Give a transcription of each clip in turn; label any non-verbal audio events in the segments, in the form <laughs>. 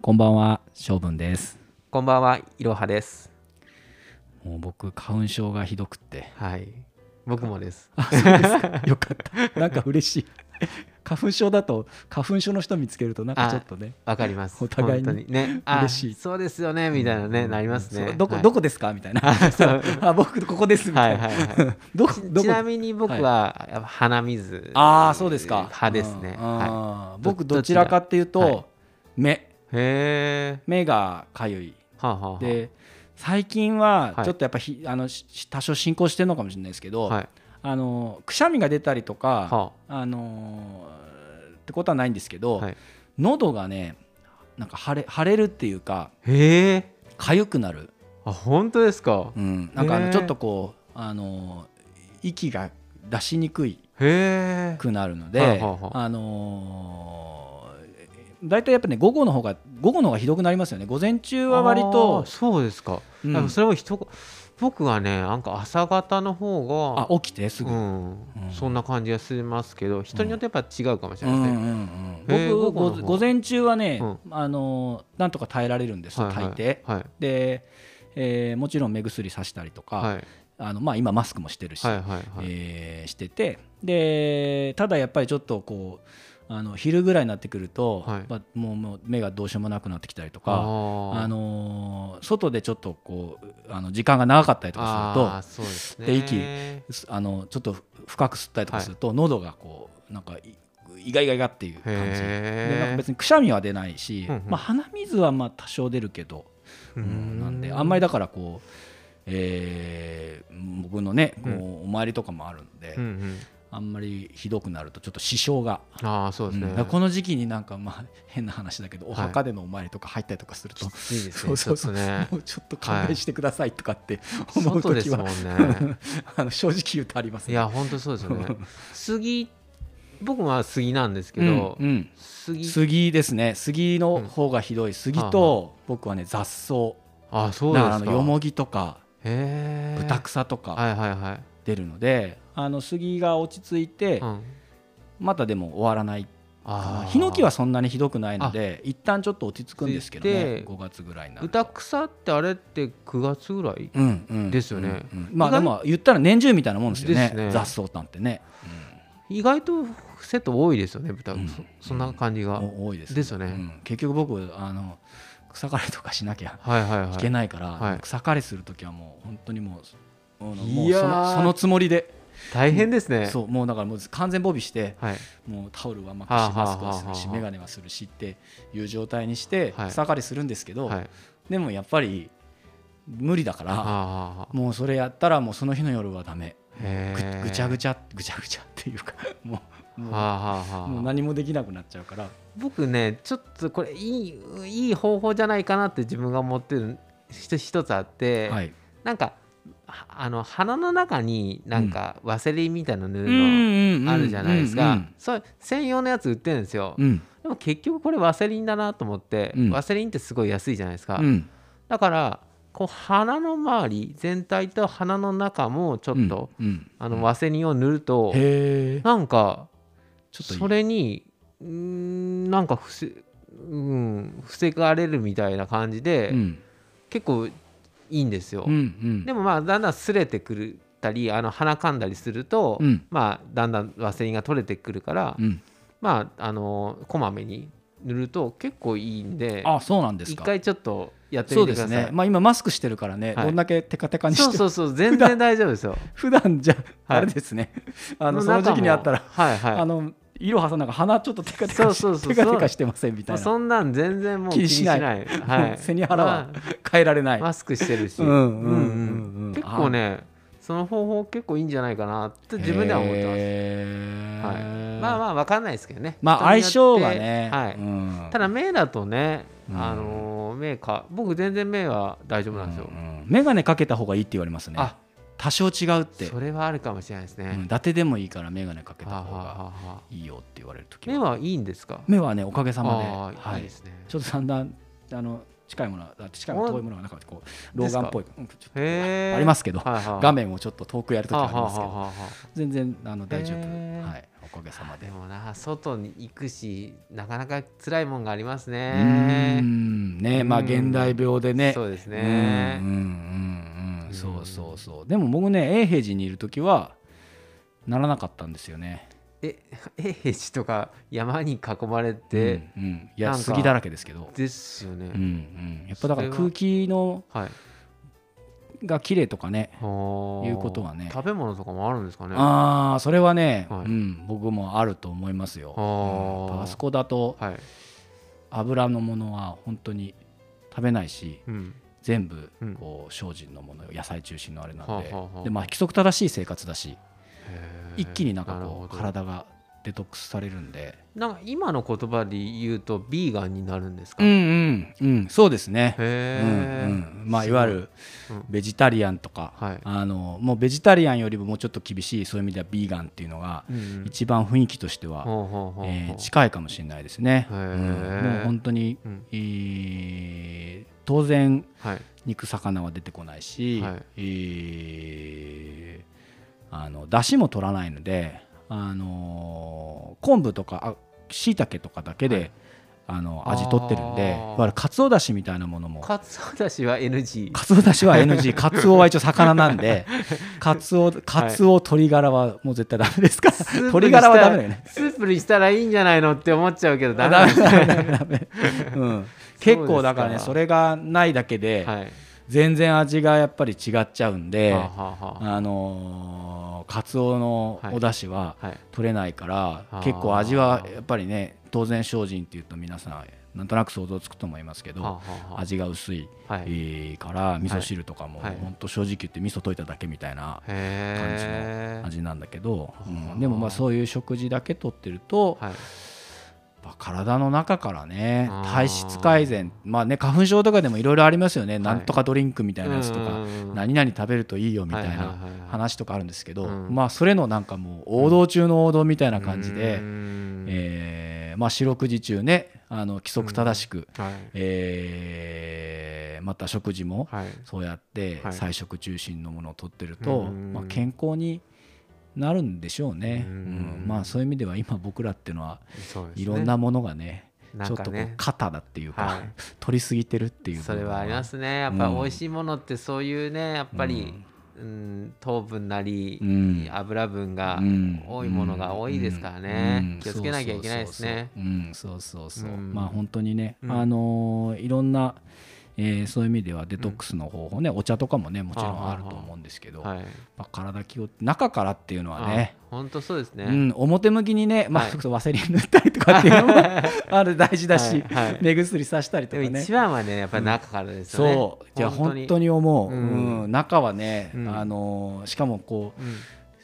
こんばんは、しょうぶんです。こんばんは、いろはです。もう僕、花粉症がひどくって。はい。僕もです。あ、そうです <laughs> か。よかった。なんか嬉しい。花粉症だと、花粉症の人見つけると、なんかちょっとね。わかりま <laughs> す。お互いに本当ね、あ嬉しいそうですよねみたいなね、うんなりますそね。うどこ、 <laughs> はいどこですかみたいな。そう <laughs> あ、僕、ここです。みはたいいな。はいは <laughs> どこ、い。どちこな。みに僕はやっぱ鼻水。ああ、そうですか。派ですね。うんうんは僕、どどちらかっていうどちと、目、い。へえ。目がかゆい。はあ、はあはあ。で、最近ははいちょっとやっぱひ、あのし多少進行してるのかもしれないですけど、はい。あのくしゃみが出たりとか、はあのーってことはないんですけど、はい喉がねなんか腫れ腫れるっていうかあ。へえ。痒くなる、あ、本当ですかう。ん、なんかあへのーちょっとこう、あのー息が出しにくいへえ。くなるので、はいはいはいあのー大体やっぱね午後の方が午後の方がひどくなりますよね午前中は割あとーそうですか。うんでもそれは人こ僕はね、なんか朝方の方があ起きてすぐ、ううんんうんそんな感じがしますけど人によってやっぱ違うかもしれうんまうせん、んへー僕午後ごの方が午前中はね、うあのーなんとか耐えられるんです、はい大抵、はいで、えーもちろん目薬さしたりとか、はいはいあのまあ、今マスクもしてるし、はいはいはいえーしててでただやっぱりちょっとこうあの昼ぐらいになってくると、はいまあもうもう目がどうしようもなくなってきたりとかあーあのー外でちょっとこうあの時間が長かったりとあかーそうですねでするとすあのちょっとふ深く吸ったりとかすると、喉がこうなんかいイガイガイガっていう感じでなんかへ別にくしゃみは出ないし、うんうんまあ、鼻水はまあ多少出るけど。うえんなんであんまりだからこう、えー僕のねこううお参りとかもあるんで、うんうんあんまりひどくなるとちょっと支障が。ああそうですね、うんだからこの時期になんかまあ変な話だけどおい墓でのお参りとか入ったりとかすると、きついですそねうそうそう、ちょっとねもうちょっと勘弁してくださいとかって <laughs> 思う外で時すもは、<laughs> んねあの正直言うとありますいね。や本当そうですよね杉僕は杉なんですけうんど、うん杉杉ですね杉の方がひどい杉と僕はね雑草あそうでだかすからあのよもぎとかへえ豚草とかはいはいはい、出るのであの杉が落ち着いて、うん、またでも終わらないあーヒノキはそんなにひどくないので一旦ちょっと落ち着くんですけどね落ち着いて5月ぐらいになると豚草ってあれって9月ぐらいうんうんですよねうんうんまあ意外でも言ったら年中みたいなもんですよねですね雑草なんてね、意外とセット多いですよね豚、うんそそんな感じうが、んお多いですですよねうん結局僕あの草刈りとかしなきゃはいはいはいいけないから、はい草刈りする時はもう本当にもうあのもういやそーのそのつもりで、大変ですね、そうもうだからもう完全防備してはいもうタオルは巻くしマスクはするしはあはあはあはあ眼鏡はするしっていう状態にしてはい草刈りするんですけど、はいでもやっぱり無理だからあもうそれやったらもうその日の夜はダメぐーぐちゃぐちちゃぐちゃぐちゃっていうかもうゃもはあはあはうあもう何もできなくなっちゃうから僕ねちょっとこれいいいい方法じゃないかなって自分が思ってる一一つあって、はいなんかはあの鼻の中になんかワセリンみたいなの塗うるんのあるじゃないですか、うんそう専用のやつ売ってるんですよ、うんでも結局これワセリンだなと思って、うんワセリンってすごい安いじゃないですか、うんうんだからこう鼻の周り全体と鼻の中もちょっと、うんうんあのワセリンを塗ると、へえなんかちょっといいそれにうーんなんか防,、うん、防がれるみたいな感じで、うん結構いいんですよ、うんうんでもまあだんだん擦れてくるたりあの鼻かんだりすると、うんまあだんだんワセリンが取れてくるから、うんまああのこまめに塗ると結構いいんであそうなんです一か回ちょっとやってそみうてでくすださいねまあ今マスクしてるからねはいどんだけテカテカにそしうてそうそう全然大丈夫ですよ普段じゃはいあれですね、 <laughs> あのそ中のも時期にあったら、はいはいあのいろはさんなんか鼻ちょっとテカテカしそうそうそうテカテカしてませんみたまいあ、な、そんなん全然もう気気ににししなないいはい背に腹はま変えられなあい、マスクしてるし、うんうんうんうん結構ねその方法結構いいんじゃないかなって自分では思ってます、へはいー、まあまあ分かんないですけどねまあ人によって相性がね、はいうんただ目だとね、うんあのー目か僕全然目は大丈夫なんですよ、うんうん眼鏡かけた方がいいって言われますねあ多少違うって、それはあるかもしれないですね、うん伊達でもいいから眼鏡かけはあた方はあがはあはあいいよって言われる時目ははいいんですか目はねおかげさまで、ああ、、はいいいですねちょっとだんだんあの近いものはあ近いものお遠いものはなかったこう老眼っぽい、うんちょっとへーありますけど、はいはい画面をちょっと遠くやるときはああはりあまはすけど、あはあ全然あの大丈夫、へーはい、おかげさまでで。もな外に行くしなかなか辛いもんがありますうねーんねまあうん現代病でね。そうですうんねうんうんうんそうそうそう。でも僕ね永平寺にいる時はならなかったんですよね。え永平寺とか山に囲まれて、うんうん、いやなんか杉だらけですけど。ですよね、うんうん、やっぱだからそれは空気のはいが綺麗とかね。はあいうことはね食べ物とかもあるんですかねはああそれはね、はいうん、僕もあると思いますよ。あーうんあそこだとい、油のものは本当に食べないしうん、全部うんこう精進のもの野菜中心のあれなんはで,、あはあはあでまあ、規則正しい生活だしへー一気になんかるこほうど体がデトックスされるんでなんか今の言葉で言うとビーガンになるんですか、うんへうんうんそうですね、うんえ、うんまあ、いわゆるすごいうんベジタリアンとか、はいあのもうベジタリアンよりももうちょっと厳しいそういう意味ではビーガンっていうのがうんうん一番雰囲気としては、ほうほうほうほうえー近いかもしれないですね。へうんーもう本当に、うんえー当然はい肉魚は出てこないし、はいえーあの出汁も取らないので、あのー昆布とかしいたけとかだけで、はいあの味取ってるんでいあーわゆるかつおだしみたいなものもカツオだしは NG かつおだしは <laughs> NG かつおは一応魚なんでかつおかつお鶏ガラはもう絶対ダメですからスープ鶏にしたガラはダメだよねスープにしたらいいんじゃないのって思っちゃうけどダダメメダメダメダメ、うん、結構だからそうでねすかそれがないだけで、はい全然味がやっぱり違っちゃうんで、はあはあはあのー、カツオのはいお出汁はあはい取れないから、あー結構味はやっぱりね当然精進っていうと皆さんなんとなく想像つくと思いますけど、はあは味が薄い、あはえいへーから味噌汁とかも、はいほんと正直言って味噌溶いただけみたいなえ味なんだけど、あうんーでもまあそういう食事だけ取ってると、はいまあ体の中からねあー体質改善まあね花粉症とかでもいろいろありますよね、いなんとかドリンクみたいなやつとうかんうんうん何々食べるといいよみたいはいはいなはいはい話とかあるんですけど、うんまあそれのなんかもう王道中の王道みたいな感じで、うんえーまあ四六時中ねあの規則正しく、はいえーまた食事もはいそうやってはい菜食中心のものを取ってると、うんまあ、健康になるんでしょうね、ううんんまあそういう意味では今僕らっていうのはそうですねいろんなものがねなちょっんかとこうね肩だっていうか、はい <laughs> 取りすぎてるっていうそれはありますねやっぱ美味しいものってそういうねやっぱり、うん、糖分なり、うん油分がうん多いものが多いですからね、うん気をつけなきゃいけないですね。うんそうそうそうそううんまあ本当にね、うんあのーいろんな、えーそういう意味ではデトックスの方法ね、お茶とかもねもちろんあると思うんですけど、はい、まあ、体気を中からっていうのはねあ本当そうですね。うん、表向きにね、まあはいそれこそワセリン塗ったりとかっていうのも <laughs> ある大事だし、はいはい目薬さしたりとでかもね一番はねやっぱり中からですよね。そうじゃあ本当に思う、うんうん中はね、うんあのーしかもこううん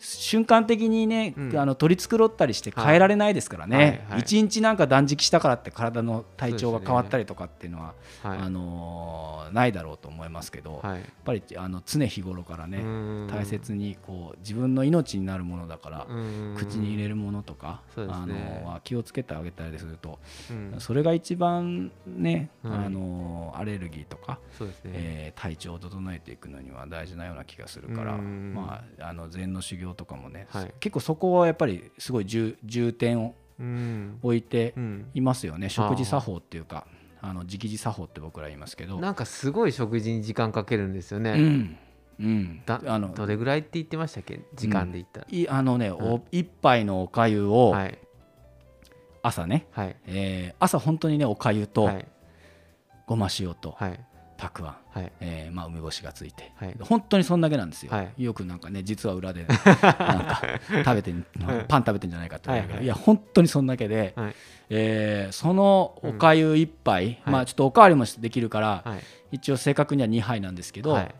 瞬間的にね、うんあの取り繕ったりして変えられないですからはいね、はい一日なんか断食したからって体の体調そうがですね変わったりとかっていうのは、はいあのーないだろうと思いますけど、やっはいぱりあの常日頃からね、うん大切にこう自分の命になるものだから、うん口に入れるものとか、そうですあねのーは気をつけてあげたりすると、うんそれが一番ね、はいあのーアレルギーとか、そうですね。えー体調を整えていくのには大事なような気がするから、うんまあ、あの禅の修行とかもね、はい結構そこはやっぱりすごい重重点をうん置いてうんいますよね、食事作法っていうかあの食事作法って僕ら言いますけどなんかすごい食事に時間かけるんですよね。うんうん、だあのどれぐらいって言ってましたっけ時間で言ったら。いあのね、おうん一杯のおかゆをはい朝ね、はいえー朝本当にねおかゆとはいごま塩とはいたくあん、はいえーまあ、梅干しがついて、はい本当にそんだけなんですよ、はよくなんかね実は裏 <laughs> でなんか食べてんはいパン食べてんじゃないかって言われるけど、はいいはいや本当にそんだけで、はいえーそのおかゆ1杯、うまんはあ、いちょっとおかわりもできるから、はい一応正確には2杯なんですけど、はい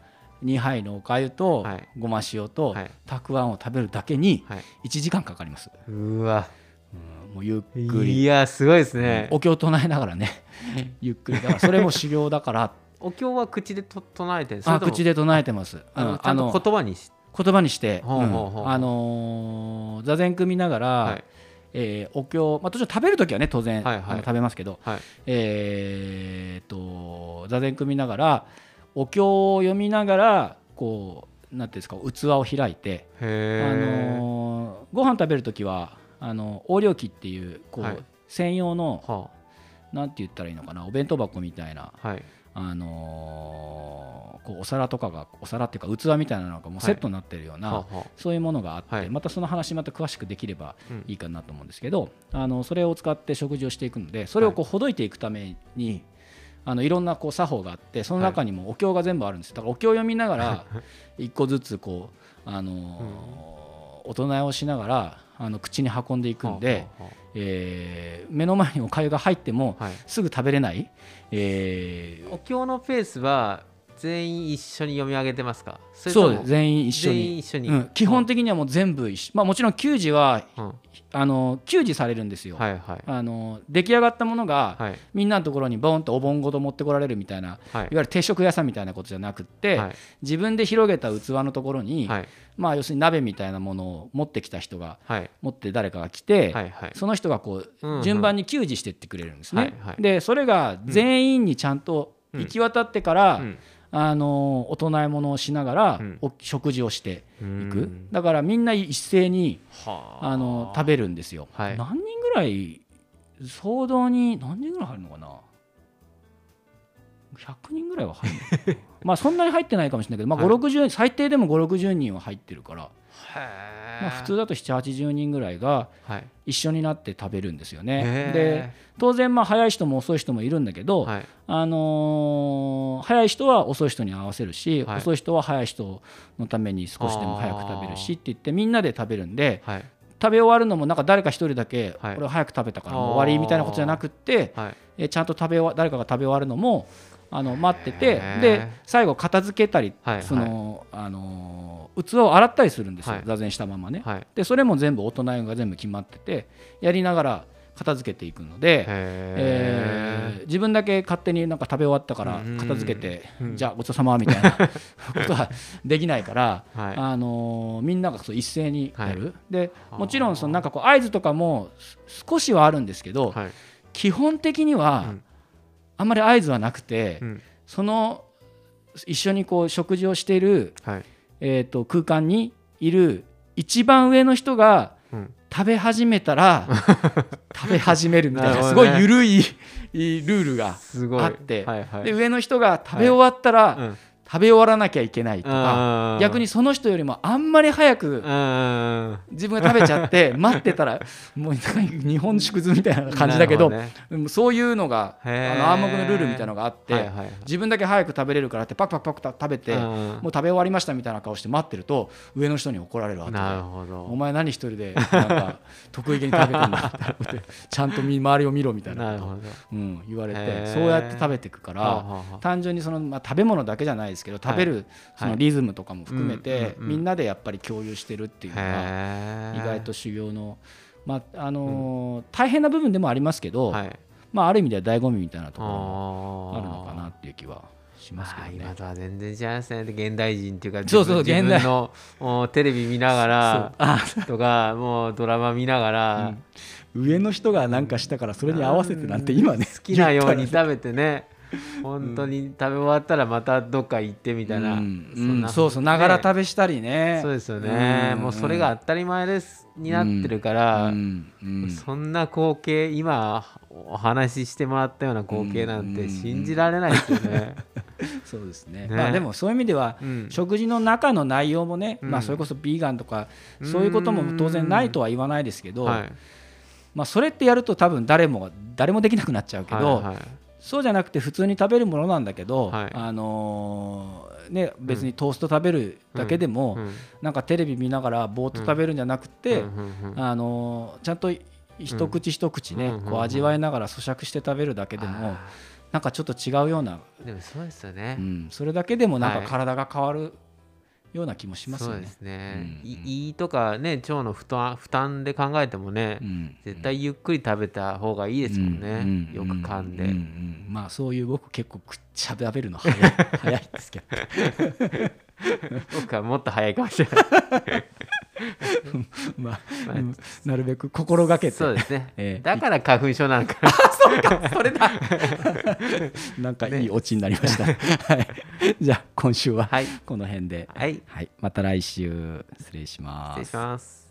2杯のおかゆとはいごま塩とはいたくあんを食べるだけにはい。 1時間かかります、うわうんもうゆっくいり、やすごいですね。お経を唱えながらね <laughs> ゆっくりだからそれも修行だからお経は口でと唱えてるあ口でで唱えてます。あうんのちゃんと言葉にし言葉にして、ほうほうほううんあのー座禅組みながら、はいえーお経、まあ、途中食べるときはね当然、はいはいあの食べますけど、はいえーっと座禅組みながらお経を読みながらこうなんていうんですか器を開いて、あへえ、のーご飯食べるときはあの横領機っていうこう、はい専用のはなんて言ったらいいのかなお弁当箱みたいな、あはいあのーこうお皿とかがお皿っていうか器みたいなのがもうセットになってるような、はあはそういうものがあって、はいまたその話また詳しくできればあうんいいかなと思うんですけどあのそれを使って食事をしていくのでそれをこうほどいていくために、い、あのいろんなこう作法があってその中にもお経が全部あるんですだからお経を読みながら一個ずつこう、あのーお唱えをしながらあの口に運んでいくんで、はあはえー目の前におかゆが入ってもあはいすぐ食べれない、えーお経のペースは全員一緒に読み上げてますかそれとそもうです全員一緒全員に。一緒に、うん、基本的にはもう全部一緒、まあ、もちろん給仕はうん、はあの給仕されるんですいよ、はいはいあの出来上がったものが、はいみんなのところにボンとお盆ごと持ってこられるみたいないわはいゆる定食屋さんみたいなことじゃなくって、はい自分で広げた器のところに、はいまあ要するに鍋みたいなものを持ってきた人がはい持って誰かが来て、はいはいその人がこうんうんう順番に給仕してってくれるんですね。はいはいでそれが全員にちゃんと行き渡ってから、うんあのお供え物をしながら、うんお食事をしてういんく、だからみんな一斉にはあの食べるんですよ、はい何人ぐらい総動に何人ぐらい入るのかな100人ぐらいは入る <laughs> のかなまあそんなに入ってないかもしれないけど、まあはい5 60最低でも560人は入ってるから、へーまあ、普通だと780人ぐらいがはい一緒になって食べるんですよね。でへ当然まあ早い人も遅い人もいるんだけど、ーはいあのー早い人は遅い人に合わせるし、はい遅い人は早い人のために少しでも早く食べるしっあーて言ってみんなで食べるんで、はい食べ終わるのもなんか誰か一人だけはい俺早く食べたからもう終わりみたいなことじゃなくってはいえちゃんと食べ終わ誰かが食べ終わるのもあの待ってへてーで最後片付けたりはいそのあのー器を洗ったりするんですよはい座禅したままねはいでそれも全部大人が全部決まっててやりながら片付けていくのでえへー自分だけ勝手になんか食べ終わったからうん片付けてうんじゃあごちそうさまみた <laughs> いなことはできないから。ーはいあのーみんながそう一斉にやる、であーもちろんそのなんかこう合図とかもす少しはあるんですけど、はい基本的にはうんあんまり合図はなくて、うんその一緒にこう食事をしている、はいえー、と空間にいる一番上の人がうん食べ始めた <laughs> ら食べ始めるみたいななるすほごどねい緩いいいルールが。すごいあってはいはいで上の人が食べ終わったら、うん食べ終わらなきゃいけないとかうん逆にその人よりもあんまり早く、うん自分が食べちゃって <laughs> 待ってたらもうなんか日本縮図みたいな感じだけどなるほねでもそういうのがあへーの暗黙のルールみたいなのがあって、はいはいはい自分だけ早く食べれるからってパクパクパクと食べて、ももう食べ終わりましたみたいな顔して待ってると上の人に怒られるわけなるで。ほどお前何一人でなんか <laughs> 得意げに食べてんだって思ってちゃんと見周りを見ろみたいななることを、ほどうん、言われへてーそうやって食べていくかはあはらあはあ単純にその、まあ、食べ物だけじゃないですけど食べるそのリズムとかも含めはいてうんうんうんみんなでやっぱり共有してるっていうのがへ意ー外と修行の、まああのー大変な部分でもありますけど、はいまあ、ある意味では醍醐味みたいなところもああるのかーなっていう気はしますけどまあね今。とは全然違いますね現代人っていうかそうそう自分現代自分のもうテレビ見ながらあとかもうドラマ見ながら、上の人がなんかしたからそれに合わせてなんて今ね好きなように食べてね本当に食べ終わったらまたどっか行ってみたいな、うんんうんなそうそうながら食べしたりねそうですよね、もうそれが当たり前ですになってるから、うんうんそんな光景今お話ししてもらったような光景なんて信じられないですよ <laughs> ね。そうですねねまあ、でもそういう意味では、うん食事の中の内容もね、うんまあ、それこそビーガンとかそういうことも当然ないとは言わないですけど、はいまあ、それってやると多分誰もが誰もできなくなっちゃうけど、はいはいそうじゃなくて普通に食べるものなんだけど、はいあのーね、別にトースト食べるだけでも、うんなんかテレビ見ながらぼーっと食べるんじゃなくて、うんうんうんあのーちゃんと一口一口ね、うんうんうんこう味わいながら咀嚼して食べるだけでも、あなんかちょっと違うような、ーでもそうですよねう。ん、それだけでもなんはかい体が変わるような気もしますよそうね。ですね。うんい胃とかね腸の負担負担で考えてもね、うん絶対ゆっくり食べた方がいいですもんね。ううよく噛んで。ううんまあそういう僕結構くっちゃべべるの早い <laughs> 早いですけど僕はもっと早いかもしれない。まあ <laughs> <laughs> まあなるべく心がけてそうですね。ええだから花粉症なんか。そうかそれだ。なんかいいオチになりま <laughs> した、はいじゃあ今週ははいこの辺で、はい失はい、また来週失礼します礼します。